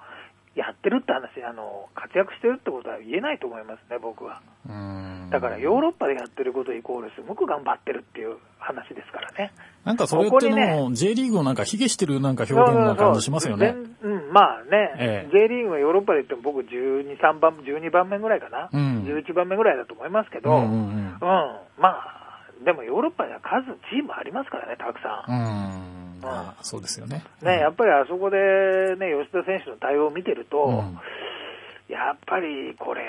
[SPEAKER 2] やってるって話、あの、活躍してるってことは言えないと思いますね、僕は。
[SPEAKER 1] うーん
[SPEAKER 2] だからヨーロッパでやってることイコールすごく頑張ってるっていう話ですからね。
[SPEAKER 1] なんかそれって
[SPEAKER 2] ここにね
[SPEAKER 1] のも、J リーグをなんか卑下してるなんか表現な感じしますよね
[SPEAKER 2] そう。そうそう全うん、まあ
[SPEAKER 1] ええ
[SPEAKER 2] ね、J リーグはヨーロッパで言っても僕12、3番、12番目ぐらいかな、
[SPEAKER 1] うん
[SPEAKER 2] 11番目ぐらいだと思いますけど、
[SPEAKER 1] うんう
[SPEAKER 2] う
[SPEAKER 1] ん
[SPEAKER 2] ん
[SPEAKER 1] うん。
[SPEAKER 2] まあ、でもヨーロッパには数、チームありますからね、たくさ。
[SPEAKER 1] うんん。ああそうですよね。
[SPEAKER 2] ね、やっぱりあそこでね、吉田選手の対応を見てると、
[SPEAKER 1] うん
[SPEAKER 2] やっぱりこれ、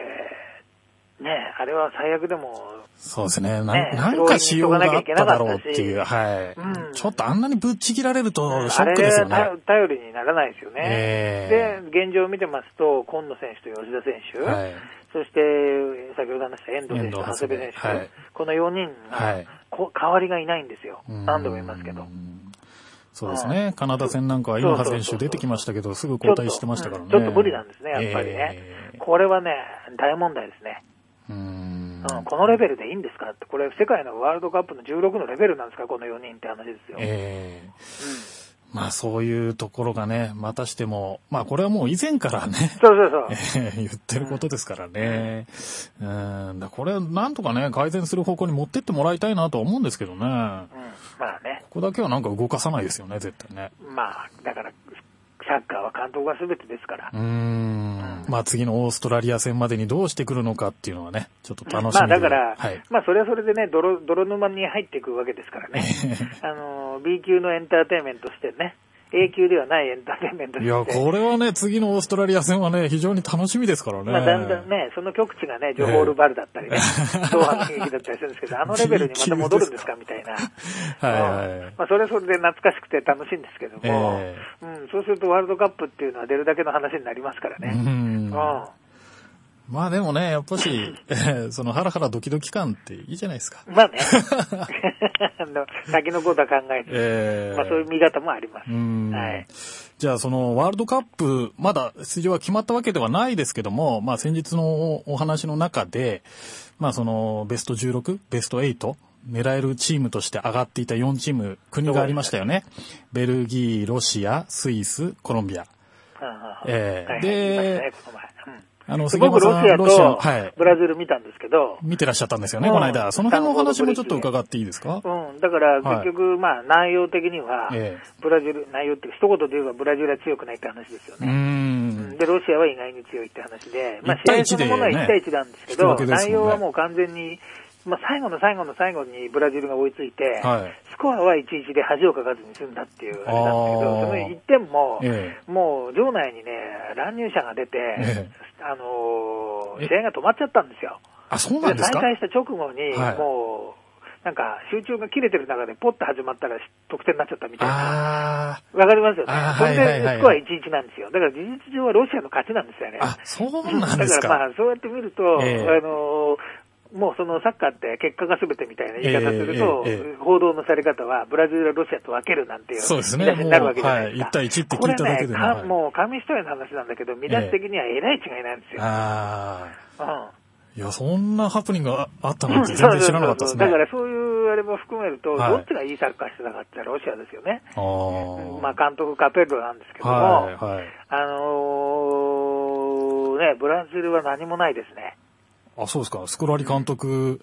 [SPEAKER 2] ね、あれは最悪でも、
[SPEAKER 1] そうですね。な
[SPEAKER 2] ね
[SPEAKER 1] なんか仕様があっただろうっていう。
[SPEAKER 2] そう
[SPEAKER 1] は
[SPEAKER 2] うん
[SPEAKER 1] い。ちょっとあんなにぶっちぎられるとショ
[SPEAKER 2] あ
[SPEAKER 1] ッ
[SPEAKER 2] れ
[SPEAKER 1] クですよね。
[SPEAKER 2] 頼頼りにならないですよね。
[SPEAKER 1] え
[SPEAKER 2] で、現状を見てますと、今野選手と吉田選手、
[SPEAKER 1] はい。
[SPEAKER 2] そして、先ほど話した遠藤選手と
[SPEAKER 1] 遠
[SPEAKER 2] 長
[SPEAKER 1] 藤
[SPEAKER 2] 谷部選手、
[SPEAKER 1] はい
[SPEAKER 2] この4人が、
[SPEAKER 1] はい
[SPEAKER 2] こ代わりがいないんですよ。
[SPEAKER 1] うん
[SPEAKER 2] 何度も言いますけど。。
[SPEAKER 1] そうですね。カナダ戦なんかは、
[SPEAKER 2] そう
[SPEAKER 1] 今
[SPEAKER 2] そ
[SPEAKER 1] ハ
[SPEAKER 2] うそう
[SPEAKER 1] 選手出てきましたけど、すぐ交代してましたからね。
[SPEAKER 2] ちょっとうんちょっと無理なんですね、やっぱりね。
[SPEAKER 1] ええ
[SPEAKER 2] これはね、大問題ですね、
[SPEAKER 1] うーん
[SPEAKER 2] うん。このレベルでいいんですかって、これ、世界のワールドカップの16のレベルなんですか、この4人って話ですよ。
[SPEAKER 1] ええ
[SPEAKER 2] うん
[SPEAKER 1] まあそういうところがね、またしても、まあこれはもう以前からね、
[SPEAKER 2] そうそうそう。
[SPEAKER 1] 言ってることですからね。うん、だこれなんとかね、改善する方向に持ってってもらいたいなとは思うんですけどね。
[SPEAKER 2] うん、まあね、
[SPEAKER 1] ここだけはなんか動かさないですよね、絶対ね。
[SPEAKER 2] まあ、だから、サッカーは監督が全てですから
[SPEAKER 1] う。ーん。まあ次のオーストラリア戦までにどうしてくるのかっていうのはね、ちょっと楽しみで。
[SPEAKER 2] まあだから、
[SPEAKER 1] はい。
[SPEAKER 2] まあそれはそれでね、泥、泥沼に入っていくわけですから ね。あの、B 級のエンターテインメントとしてね、A 級ではないエンターテインメントと
[SPEAKER 1] い
[SPEAKER 2] して。
[SPEAKER 1] や、これはね、次のオーストラリア戦はね、非常に楽しみですからね。
[SPEAKER 2] まあだんだんね、その局地がね、ジョホールバルだったりね、ドーハの悲劇だったりするんですけ ど、あのレベルにまた戻るんですかみたいな。
[SPEAKER 1] はいはい
[SPEAKER 2] まあそれはそれで懐かしくて楽しいんですけども、
[SPEAKER 1] え
[SPEAKER 2] うん、そうするとワールドカップっていうのは出るだけの話になりますから
[SPEAKER 1] う
[SPEAKER 2] ね。うんん。。
[SPEAKER 1] まあでもね、やっぱし、えーそのハラハラドキドキ感っていいじゃないですか。
[SPEAKER 2] ま あね、 あの先のことは考えて、
[SPEAKER 1] えー
[SPEAKER 2] まあそういう見方もあります。
[SPEAKER 1] うん
[SPEAKER 2] はい。
[SPEAKER 1] じゃあ、そのワールドカップ、まだ出場は決まったわけではないですけども、まあ先日のお話の中で、まあそのベスト16、ベスト8、狙えるチームとして上がっていた4チーム、国がありましたよね。ベルギー、ロシア、スイス、コロンビア。ええで
[SPEAKER 2] で、この前
[SPEAKER 1] あ
[SPEAKER 2] う
[SPEAKER 1] の、
[SPEAKER 2] ん
[SPEAKER 1] 杉山
[SPEAKER 2] 僕、ロ
[SPEAKER 1] さん、
[SPEAKER 2] シア
[SPEAKER 1] ロシア、
[SPEAKER 2] と
[SPEAKER 1] はい。
[SPEAKER 2] ブラジル見たんですけど、
[SPEAKER 1] 見てらっしゃったんですよね、
[SPEAKER 2] うん
[SPEAKER 1] この間。その辺のお話もちょっと伺っていいですか
[SPEAKER 2] うん、だから結局、まあ、内容的には
[SPEAKER 1] ええ、
[SPEAKER 2] ブラジル、内容って、一言で言えばブラジルは強くないって話ですよ
[SPEAKER 1] うー
[SPEAKER 2] ね。
[SPEAKER 1] ん。
[SPEAKER 2] で、ロシアは意外に強いって話で、まあ
[SPEAKER 1] 1、
[SPEAKER 2] 試
[SPEAKER 1] 対
[SPEAKER 2] 合
[SPEAKER 1] 1
[SPEAKER 2] そ
[SPEAKER 1] で
[SPEAKER 2] の
[SPEAKER 1] ね
[SPEAKER 2] ものは1対1なんですけ
[SPEAKER 1] 引き
[SPEAKER 2] ど、
[SPEAKER 1] 分けですもんね
[SPEAKER 2] 内容はもう完全に、まあ、最後の最後の最後にブラジルが追いついて、
[SPEAKER 1] はい。
[SPEAKER 2] スコアは1-1で恥をかかずに済んだっていうあれなんですけ
[SPEAKER 1] あー
[SPEAKER 2] ど、その1点も、
[SPEAKER 1] え
[SPEAKER 2] もう場内にね、乱入者が出て、
[SPEAKER 1] え
[SPEAKER 2] あのー
[SPEAKER 1] え
[SPEAKER 2] 試合が止まっちゃったんですよ。
[SPEAKER 1] え。あ、そうなん
[SPEAKER 2] で
[SPEAKER 1] です
[SPEAKER 2] 再
[SPEAKER 1] か
[SPEAKER 2] 開した直後に、
[SPEAKER 1] はい
[SPEAKER 2] もう、なんか集中が切れてる中で、ポッと始まったら得点になっちゃったみたいな。
[SPEAKER 1] あ
[SPEAKER 2] わかりますよね
[SPEAKER 1] あー。
[SPEAKER 2] それ
[SPEAKER 1] はいはいはい
[SPEAKER 2] でスコア1-1なんですよ。だから事実上はロシアの勝ちなんですよね
[SPEAKER 1] あ。。あ、そうなんです
[SPEAKER 2] だから
[SPEAKER 1] か。
[SPEAKER 2] まあ、そうやって見ると、
[SPEAKER 1] ええ
[SPEAKER 2] あのーもうそのサッカーって結果が全てみたいな言い方すると、
[SPEAKER 1] えええ
[SPEAKER 2] 報道のされ方はブラジルやロシアと分けるなんていう
[SPEAKER 1] そうですね
[SPEAKER 2] 見出しになるわけじゃな
[SPEAKER 1] も
[SPEAKER 2] いですか。
[SPEAKER 1] うはい一対一って聞いただけでも
[SPEAKER 2] これね、
[SPEAKER 1] は
[SPEAKER 2] か
[SPEAKER 1] い
[SPEAKER 2] もう紙一重の話なんだけど、見出し的にはえらい違いなんですよ。
[SPEAKER 1] あ
[SPEAKER 2] うん
[SPEAKER 1] ー。いや、そんなハプニングがああった
[SPEAKER 2] う
[SPEAKER 1] なん
[SPEAKER 2] ん
[SPEAKER 1] て 全然知らなかったですね。
[SPEAKER 2] そうそうそうだからそういうあれも含めると、
[SPEAKER 1] はい
[SPEAKER 2] どっちがいいサッカーしてたかって言ったらロシアですよね。
[SPEAKER 1] あー
[SPEAKER 2] まあ監督カペッロなんですけども、
[SPEAKER 1] はい、はい。
[SPEAKER 2] あのーね、ブラジルは何もないですね。
[SPEAKER 1] あ、そうですか。スクラリ監督。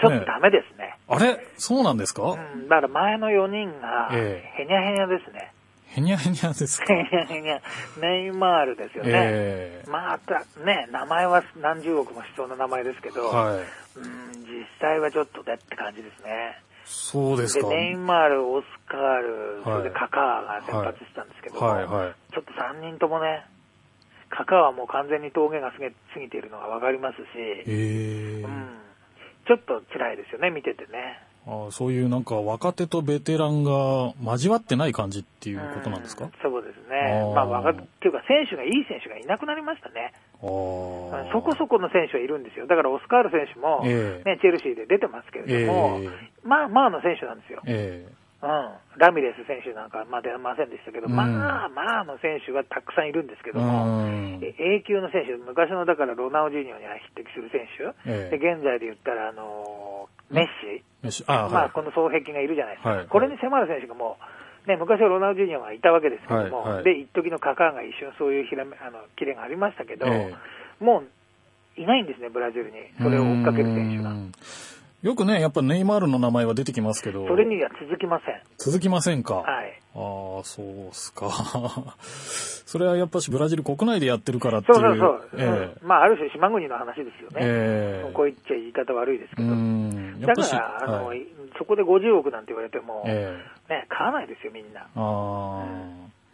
[SPEAKER 2] ちょっ
[SPEAKER 1] ね
[SPEAKER 2] とダメですね。
[SPEAKER 1] あれそうなんですか、
[SPEAKER 2] うん、だから前の4人が、
[SPEAKER 1] ええ
[SPEAKER 2] へにゃへにゃですね。
[SPEAKER 1] へにゃへにゃですか
[SPEAKER 2] へにゃへにゃ、ネイマールですよね。
[SPEAKER 1] ええ
[SPEAKER 2] まあ、あとはね、名前は何十億もしそうな名前ですけど、
[SPEAKER 1] はい。
[SPEAKER 2] うん、実際はちょっとでって感じですね。
[SPEAKER 1] そうです
[SPEAKER 2] で
[SPEAKER 1] か。
[SPEAKER 2] ネイマール、オスカール、それでカカーが先発してたんですけども、
[SPEAKER 1] はいはい。
[SPEAKER 2] ちょっと3人ともね、カカーはもう完全に峠が過ぎ過ぎているのが分かりますし、
[SPEAKER 1] ええ
[SPEAKER 2] うん、ちょっと辛いですよね、見ててね。
[SPEAKER 1] あそういうなんか若手とベテランが交わってない感じっていうことなんですか、
[SPEAKER 2] うんそうですね
[SPEAKER 1] あー、
[SPEAKER 2] まあ、わかっていうか、選手がいい選手がいなくなりました
[SPEAKER 1] あ
[SPEAKER 2] ね、
[SPEAKER 1] あ。
[SPEAKER 2] そこ
[SPEAKER 1] こ。
[SPEAKER 2] そこの選手はいるんですよ、だからオスカール選手も、
[SPEAKER 1] ええ
[SPEAKER 2] ね、チェルシーで出てますけれども、
[SPEAKER 1] え
[SPEAKER 2] まあまあの選手なんですよ、
[SPEAKER 1] ええ
[SPEAKER 2] うん、ラミレス選手なんか、まあ、出ませんでしたけど、
[SPEAKER 1] うん
[SPEAKER 2] まあまあの選手はたくさんいるんですけど
[SPEAKER 1] う
[SPEAKER 2] も、
[SPEAKER 1] ん。
[SPEAKER 2] え A 級の選手、昔のだからロナウジーニョに匹敵する選手、
[SPEAKER 1] え
[SPEAKER 2] で
[SPEAKER 1] え
[SPEAKER 2] 現在で言ったら、あのーメッシ、
[SPEAKER 1] よしあ、
[SPEAKER 2] ま
[SPEAKER 1] は
[SPEAKER 2] あ、この双璧がいるじゃないですか、
[SPEAKER 1] はい
[SPEAKER 2] これに迫る選手がもう、ね、昔はロナウド・ジュニアがいたわけですけども、
[SPEAKER 1] はいはい
[SPEAKER 2] で一時のカカーが一瞬そういうひらめあのキレがありましたけど、
[SPEAKER 1] え
[SPEAKER 2] もういないんですね、ブラジルに、
[SPEAKER 1] い。
[SPEAKER 2] それを追っかける選手
[SPEAKER 1] う
[SPEAKER 2] が。
[SPEAKER 1] んよくね、やっぱネイマールの名前は出てきますけど、
[SPEAKER 2] それには続きません。
[SPEAKER 1] 続きませんか。
[SPEAKER 2] はい
[SPEAKER 1] ああ、そうっすか。 それはやっぱしブラジル国内でやってるからってい。
[SPEAKER 2] そううそうそう、
[SPEAKER 1] ええ
[SPEAKER 2] うんまあ、ある種、島国の話ですよね、
[SPEAKER 1] ええ
[SPEAKER 2] こう言っちゃ言い方悪いですけ
[SPEAKER 1] う
[SPEAKER 2] ど、
[SPEAKER 1] ん。や
[SPEAKER 2] だ
[SPEAKER 1] っぱし、
[SPEAKER 2] からあの、
[SPEAKER 1] はい
[SPEAKER 2] そこで50億なんて言われても、
[SPEAKER 1] ええ
[SPEAKER 2] ね、買わないですよ、みんな。
[SPEAKER 1] ああ、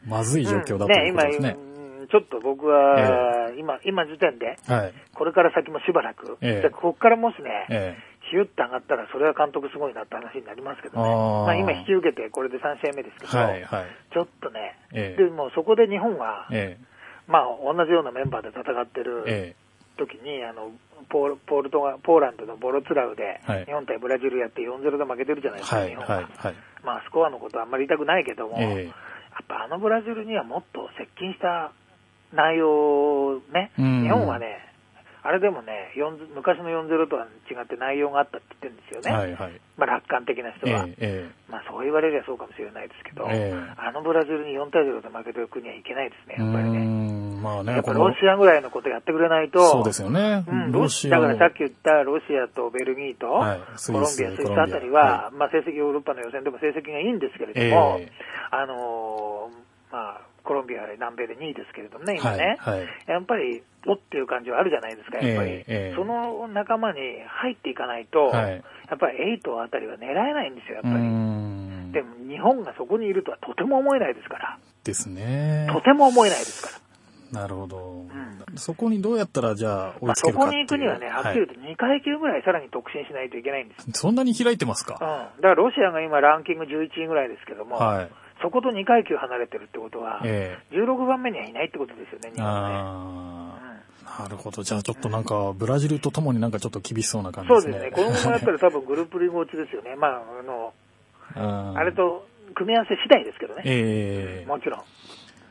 [SPEAKER 1] まずい状況だ
[SPEAKER 2] うん
[SPEAKER 1] ということ
[SPEAKER 2] ね
[SPEAKER 1] ですね。
[SPEAKER 2] 今うんちょっと僕は、今今時点で、
[SPEAKER 1] はい。
[SPEAKER 2] これから先もしばらく、
[SPEAKER 1] ええ
[SPEAKER 2] でここからもしね、
[SPEAKER 1] え
[SPEAKER 2] ヒュッと上がったら、それは監督すごいなって話になりますけどね、
[SPEAKER 1] あー
[SPEAKER 2] まあ、今、引き受けて、これで3試合目ですけ
[SPEAKER 1] え
[SPEAKER 2] ど、
[SPEAKER 1] はい、はい。
[SPEAKER 2] ちょっとね、
[SPEAKER 1] ええ
[SPEAKER 2] でもうそこで日本は、
[SPEAKER 1] え
[SPEAKER 2] まあ、同じようなメンバーで戦って
[SPEAKER 1] え
[SPEAKER 2] る
[SPEAKER 1] え
[SPEAKER 2] 時にあのポールポールトガポーランドのボロツラウで、
[SPEAKER 1] はい
[SPEAKER 2] 日本対ブラジルやって4-0で負けてるじゃな
[SPEAKER 1] え
[SPEAKER 2] いですか、
[SPEAKER 1] はい、
[SPEAKER 2] 日本
[SPEAKER 1] はい、はい。
[SPEAKER 2] まあ、スコアのことはあんまり言いたくないけども、
[SPEAKER 1] ええ
[SPEAKER 2] やっぱあのブラジルにはもっと接近した内容をね、
[SPEAKER 1] うん
[SPEAKER 2] 日本はね、あれでもね、4昔の4-0とは違って内容があったって言ってるんですよね、
[SPEAKER 1] はい、はい。
[SPEAKER 2] まあ、楽観的な
[SPEAKER 1] え
[SPEAKER 2] 人
[SPEAKER 1] え
[SPEAKER 2] は。
[SPEAKER 1] え
[SPEAKER 2] まあ、そう言われりゃそうかもしれないですけど、
[SPEAKER 1] ええ
[SPEAKER 2] あのブラジルに4対0で負けてる国はいけないですね、
[SPEAKER 1] え
[SPEAKER 2] やっぱり
[SPEAKER 1] う
[SPEAKER 2] ね。
[SPEAKER 1] ん、まあ
[SPEAKER 2] や
[SPEAKER 1] ね、
[SPEAKER 2] っぱ
[SPEAKER 1] こ
[SPEAKER 2] ロ
[SPEAKER 1] の、
[SPEAKER 2] シアぐらいのことやってくれないと、
[SPEAKER 1] そうですよね
[SPEAKER 2] う。ん、
[SPEAKER 1] ロ
[SPEAKER 2] ロ
[SPEAKER 1] シ
[SPEAKER 2] シ
[SPEAKER 1] ア
[SPEAKER 2] ア
[SPEAKER 1] も
[SPEAKER 2] だからさっき言ったロシアとベルギーと、
[SPEAKER 1] はいス
[SPEAKER 2] コロ
[SPEAKER 1] イ
[SPEAKER 2] ン
[SPEAKER 1] ス
[SPEAKER 2] ビア、スイ
[SPEAKER 1] コロンビ
[SPEAKER 2] ス
[SPEAKER 1] ア
[SPEAKER 2] あたりは、まあ、成績ヨーロッパの予選でも成績がいいんですけれども、
[SPEAKER 1] ええ
[SPEAKER 2] あのーまあ、コロンビアは南米で2位ですけれどもね、今
[SPEAKER 1] はい
[SPEAKER 2] ね、
[SPEAKER 1] はい
[SPEAKER 2] やっぱりおっていう感じはあるじゃないですか、やっぱり、
[SPEAKER 1] ええええ
[SPEAKER 2] その仲間に入っていかないと、
[SPEAKER 1] はい
[SPEAKER 2] やっぱり8あたりは狙えないんですよ、や
[SPEAKER 1] う
[SPEAKER 2] っぱり。
[SPEAKER 1] ん
[SPEAKER 2] で。も日本がそこにいるとはとても思えないですから、
[SPEAKER 1] ですね。
[SPEAKER 2] とても思えないですから。
[SPEAKER 1] なるほど
[SPEAKER 2] ん。
[SPEAKER 1] そこにどうやったら、じゃあ、追
[SPEAKER 2] ま
[SPEAKER 1] い
[SPEAKER 2] あ、
[SPEAKER 1] つ
[SPEAKER 2] そ
[SPEAKER 1] けるかっ
[SPEAKER 2] こ
[SPEAKER 1] て
[SPEAKER 2] に
[SPEAKER 1] いう。
[SPEAKER 2] 行くにはね、はっきり言うと2階級ぐらいさらに特進しないといけないんですよ。
[SPEAKER 1] いそんなに開いてます
[SPEAKER 2] うん
[SPEAKER 1] か。、
[SPEAKER 2] だからロシアが今、ランキング11位ぐらいですけども、
[SPEAKER 1] はい。
[SPEAKER 2] そこと2階級離れてるってことは、
[SPEAKER 1] え
[SPEAKER 2] 16番目にはいないってことですよね、
[SPEAKER 1] え
[SPEAKER 2] 日本はね。
[SPEAKER 1] あ
[SPEAKER 2] うん
[SPEAKER 1] あ。なるほど。じゃあちょっとなんか、ブラジルとともになんかちょっと厳しそうな感じ
[SPEAKER 2] そ
[SPEAKER 1] で
[SPEAKER 2] う
[SPEAKER 1] す
[SPEAKER 2] ですね、
[SPEAKER 1] ね。
[SPEAKER 2] このままやったら多分グループリーグ落ちですよね、まああの
[SPEAKER 1] うん
[SPEAKER 2] あれと組み合わせ次第ですけどね、
[SPEAKER 1] ええ
[SPEAKER 2] もちろん。
[SPEAKER 1] っ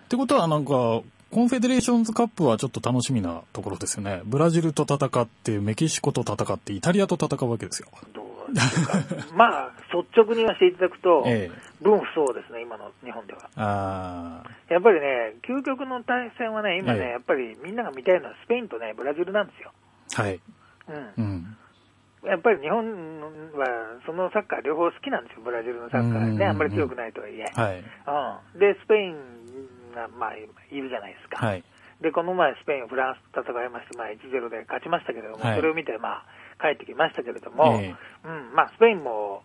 [SPEAKER 1] てことは、なんか、コンフェデレーションズカップはちょっと楽しみなところですよね。ブラジルと戦って、メキシコと戦って、イタリアと戦うわけですよ。
[SPEAKER 2] どうですかまあ、率直に言わせていただくと、
[SPEAKER 1] ええ
[SPEAKER 2] 分不相応ですね、今の日本では。
[SPEAKER 1] あ
[SPEAKER 2] やっぱりね、究極の対戦はね、今
[SPEAKER 1] ええ
[SPEAKER 2] ね、やっぱりみんなが見たいのはスペインとね、ブラジルなんですよ。
[SPEAKER 1] あ。はい。
[SPEAKER 2] うん
[SPEAKER 1] うん。
[SPEAKER 2] やっぱり日本はそのサッカー両方好きなんですよ、ブラジルのサッカー
[SPEAKER 1] うん
[SPEAKER 2] ね、あんまり強くないとはいえ。
[SPEAKER 1] はい。
[SPEAKER 2] うん、で、スペインが、まあ、いるじゃないですか、
[SPEAKER 1] はい。
[SPEAKER 2] でこの前、スペイン、フランスと戦いまして、まあ、1-0で勝ちましたけれども、
[SPEAKER 1] はい
[SPEAKER 2] それを見て、まあ、帰ってきましたけれども、
[SPEAKER 1] え
[SPEAKER 2] うんまあ、スペインも、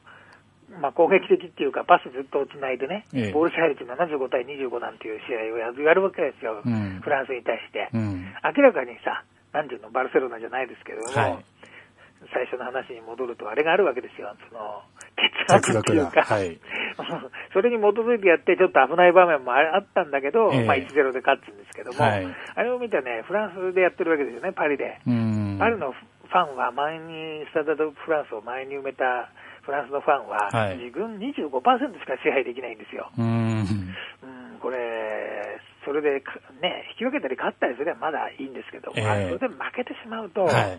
[SPEAKER 2] まあ、攻撃的っていうか、パスずっとつないでね、
[SPEAKER 1] ええ
[SPEAKER 2] ボール支配率75対25なんていう試合をややるわけですよ、
[SPEAKER 1] うん
[SPEAKER 2] フランスに対して。
[SPEAKER 1] うん。
[SPEAKER 2] 明らかにさ、なんていうの、バルセロナじゃないですけれども、
[SPEAKER 1] はい
[SPEAKER 2] 最初の話に戻ると、あれがあるわけですよ、その、哲学っていう
[SPEAKER 1] 哲学が
[SPEAKER 2] か、
[SPEAKER 1] はい
[SPEAKER 2] それに基づいてやって、ちょっと危ない場面もああったんだけど、
[SPEAKER 1] ええ
[SPEAKER 2] まあ、1-0で勝つんですけども、
[SPEAKER 1] はい
[SPEAKER 2] あれを見てね、フランスでやってるわけですよね、パリで。
[SPEAKER 1] うん。
[SPEAKER 2] パリのフファンは前に、スタダド・フランスを前に埋めたフランスのファンは、
[SPEAKER 1] はい
[SPEAKER 2] 自分25%しか支配できないんですよ。
[SPEAKER 1] うーん。
[SPEAKER 2] うん、これ、それでか、ね、引き分けたり勝ったりすればまだいいんですけど、
[SPEAKER 1] ええ
[SPEAKER 2] まあそれで負けてしまうと、
[SPEAKER 1] はい。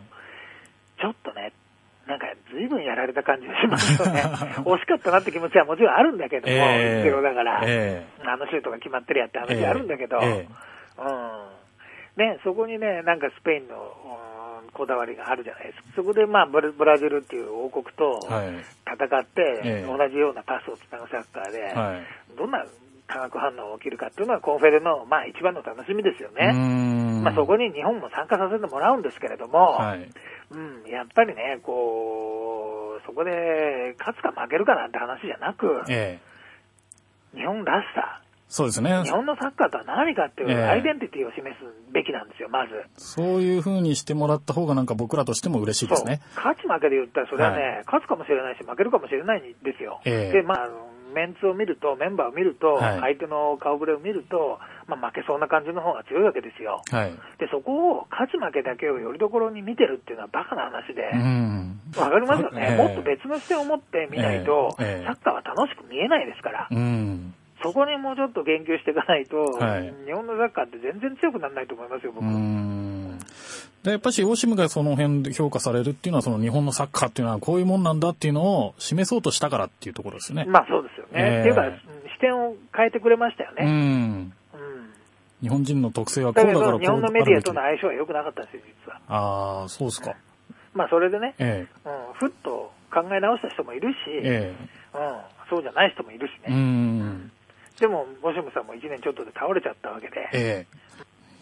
[SPEAKER 2] ちょっとね、なんか随分やられた感じがしますよ ね。惜しかったなって気持ちはもちろんあるんだけども、
[SPEAKER 1] ええ
[SPEAKER 2] ゼロだから、
[SPEAKER 1] え
[SPEAKER 2] あのシュートが決まってるやって
[SPEAKER 1] え
[SPEAKER 2] 話あるんだけど、
[SPEAKER 1] ええ
[SPEAKER 2] うん。ね、そこにね、なんかスペインの、うんこだわりがあるじゃないですか。そこでまあブラブラジルっていう王国と
[SPEAKER 1] はい
[SPEAKER 2] 戦って、
[SPEAKER 1] ええ
[SPEAKER 2] 同じようなパスをつなぐサッカーで、
[SPEAKER 1] はい。
[SPEAKER 2] どんな化学反応が起きるかっていうのはコンフェルのまあ一番の楽しみですよ
[SPEAKER 1] うー
[SPEAKER 2] ね。
[SPEAKER 1] ん。
[SPEAKER 2] まあそこに日本も参加させてもらうんですけれども、
[SPEAKER 1] はい。
[SPEAKER 2] うん、やっぱりね、こう、そこで勝つか負けるかなんて話じゃなく、
[SPEAKER 1] ええ
[SPEAKER 2] 日本らしさ、
[SPEAKER 1] そうですね
[SPEAKER 2] 日。本のサッカーとは何かってい
[SPEAKER 1] ええ
[SPEAKER 2] うアイデンティティを示すべきなんですよ、まず。
[SPEAKER 1] そういう風にしてもらった方がなんか僕らとしても嬉しいですね。
[SPEAKER 2] 勝ち負けで言ったら、それはね、
[SPEAKER 1] は
[SPEAKER 2] 勝つかもしれないし、負けるかもしれないんですよ。
[SPEAKER 1] ええ
[SPEAKER 2] で、まあ、あのメンツを見ると、メンバーを見ると、
[SPEAKER 1] はい
[SPEAKER 2] 相手の顔ぶれを見ると、まあ、負けそうな感じの方が強いわけですよ。
[SPEAKER 1] はい。
[SPEAKER 2] で、そこを勝ち負けだけをよりどころに見てるっていうのはバカな話で、
[SPEAKER 1] うん。
[SPEAKER 2] わかりますよね、
[SPEAKER 1] ええ
[SPEAKER 2] もっと別の視点を持って見ないと、
[SPEAKER 1] ええええ
[SPEAKER 2] サッカーは楽しく見えないですから、
[SPEAKER 1] うん。
[SPEAKER 2] そこにもうちょっと言及していかないと、
[SPEAKER 1] はい
[SPEAKER 2] 日本のサッカーって全然強くならないと思いますよ、
[SPEAKER 1] う
[SPEAKER 2] 僕。
[SPEAKER 1] ん。で、やっぱし、オシムがその辺で評価されるっていうのは、その日本のサッカーっていうのはこういうもんなんだっていうのを示そうとしたからっていうところですよね。
[SPEAKER 2] まあそうですよね。
[SPEAKER 1] ええ
[SPEAKER 2] っていうか、視点を変えてくれましたよ
[SPEAKER 1] う
[SPEAKER 2] ね。
[SPEAKER 1] ん。
[SPEAKER 2] うん
[SPEAKER 1] 日本人の特性はこ
[SPEAKER 2] だ
[SPEAKER 1] う
[SPEAKER 2] け
[SPEAKER 1] だからこ
[SPEAKER 2] ど、
[SPEAKER 1] う
[SPEAKER 2] 日本のメディアとの
[SPEAKER 1] ある
[SPEAKER 2] 相性は良くなかったんですよ、実は
[SPEAKER 1] べ。きああ、そうですか。
[SPEAKER 2] まあそれでね、
[SPEAKER 1] え
[SPEAKER 2] うん、ふっと考え直した人もいるし、
[SPEAKER 1] え。え
[SPEAKER 2] うん、そうじゃない人もいるし
[SPEAKER 1] え。う
[SPEAKER 2] ね。
[SPEAKER 1] ん。
[SPEAKER 2] でも、ボシムさんも1年ちょっとで倒れちゃったわけで。
[SPEAKER 1] ええ。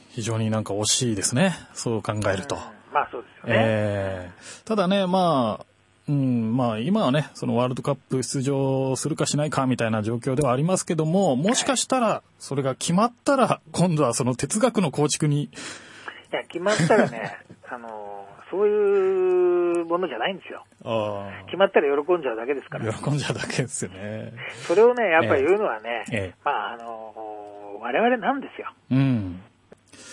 [SPEAKER 1] 非常になんか惜しいですね。そう考えると。
[SPEAKER 2] うんまあそうですよね。
[SPEAKER 1] ええただね、まあ、うん、まあ今はね、そのワールドカップ出場するかしないかみたいな状況ではありますけども、もしかしたら、それが決まったら、今度はその哲学の構築に、
[SPEAKER 2] いや、決まったら ね、あのーそういうものじゃないんですよ。
[SPEAKER 1] あ
[SPEAKER 2] 決まったら喜んじゃうだけですか
[SPEAKER 1] あ
[SPEAKER 2] ら。
[SPEAKER 1] 喜んじゃうだけですよね。
[SPEAKER 2] それをね、やっぱり言うのはね、
[SPEAKER 1] ええ
[SPEAKER 2] まあ、あのー我々なんですよ。
[SPEAKER 1] うん。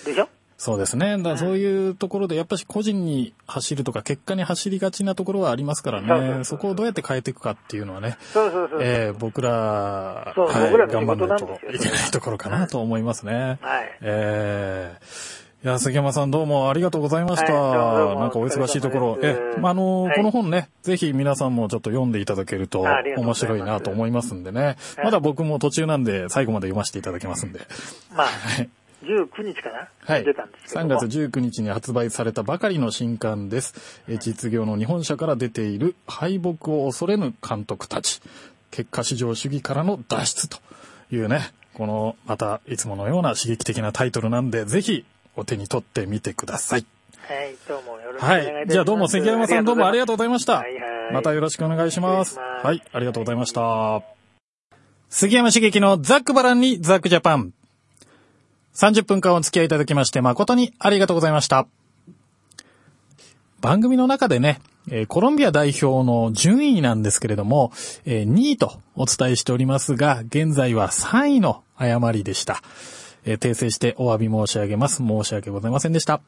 [SPEAKER 2] でしょ
[SPEAKER 1] そうですね。だからそういうところで、やっぱし個人に走るとか、結果に走りがちなところはありますから
[SPEAKER 2] そうそうそ
[SPEAKER 1] ね。
[SPEAKER 2] う
[SPEAKER 1] そこをどうやって変えていくかっていうのはね、
[SPEAKER 2] そうそうそう。
[SPEAKER 1] ええ僕ら、
[SPEAKER 2] そう
[SPEAKER 1] はい、
[SPEAKER 2] 僕らの
[SPEAKER 1] 頑張
[SPEAKER 2] 仕事
[SPEAKER 1] らな
[SPEAKER 2] ないんです
[SPEAKER 1] と
[SPEAKER 2] よ
[SPEAKER 1] いけないところかなと思いますね。
[SPEAKER 2] はい。
[SPEAKER 1] ええいや、杉山さんどうもありがとうございました。
[SPEAKER 2] はいどうもどうも
[SPEAKER 1] なんかお忙しいところ
[SPEAKER 2] お。疲れ
[SPEAKER 1] え
[SPEAKER 2] 様です、
[SPEAKER 1] まあ、あの、
[SPEAKER 2] はい
[SPEAKER 1] この本ね、ぜひ皆さんもちょっと読んでいただけると
[SPEAKER 2] あありがとう
[SPEAKER 1] 面
[SPEAKER 2] ございます
[SPEAKER 1] 白いなと思いますんでね。
[SPEAKER 2] はい
[SPEAKER 1] まだ僕も途中なんで最後まで読ませていただきますんで。
[SPEAKER 2] まあ、
[SPEAKER 1] い
[SPEAKER 2] 19日かな、
[SPEAKER 1] はい。
[SPEAKER 2] 出たんですけど
[SPEAKER 1] 3
[SPEAKER 2] も。
[SPEAKER 1] 月19日に発売されたばかりの新刊です。えー実業の日本社から出ている敗北を恐れぬ監督たち。結果至上主義からの脱出というね、このまたいつものような刺激的なタイトルなんで、ぜひお手に取ってみてください。
[SPEAKER 2] はい、どうもよろしくお
[SPEAKER 1] は
[SPEAKER 2] 願いいたします。
[SPEAKER 1] い。じゃあどうも関山さんどうもありがとうございました。
[SPEAKER 2] はいはい
[SPEAKER 1] またよろしくお願いします。
[SPEAKER 2] 失礼します
[SPEAKER 1] はい、ありがとうございました。杉山茂樹のザックバランにザックジャパン。30分間お付き合いいただきまして誠にありがとうございました。番組の中でね、えーコロンビア代表の順位なんですけれども、えー2位とお伝えしておりますが、現在は3位の誤りでした。えー訂正してお詫び申し上げます。申し訳ございませんでした。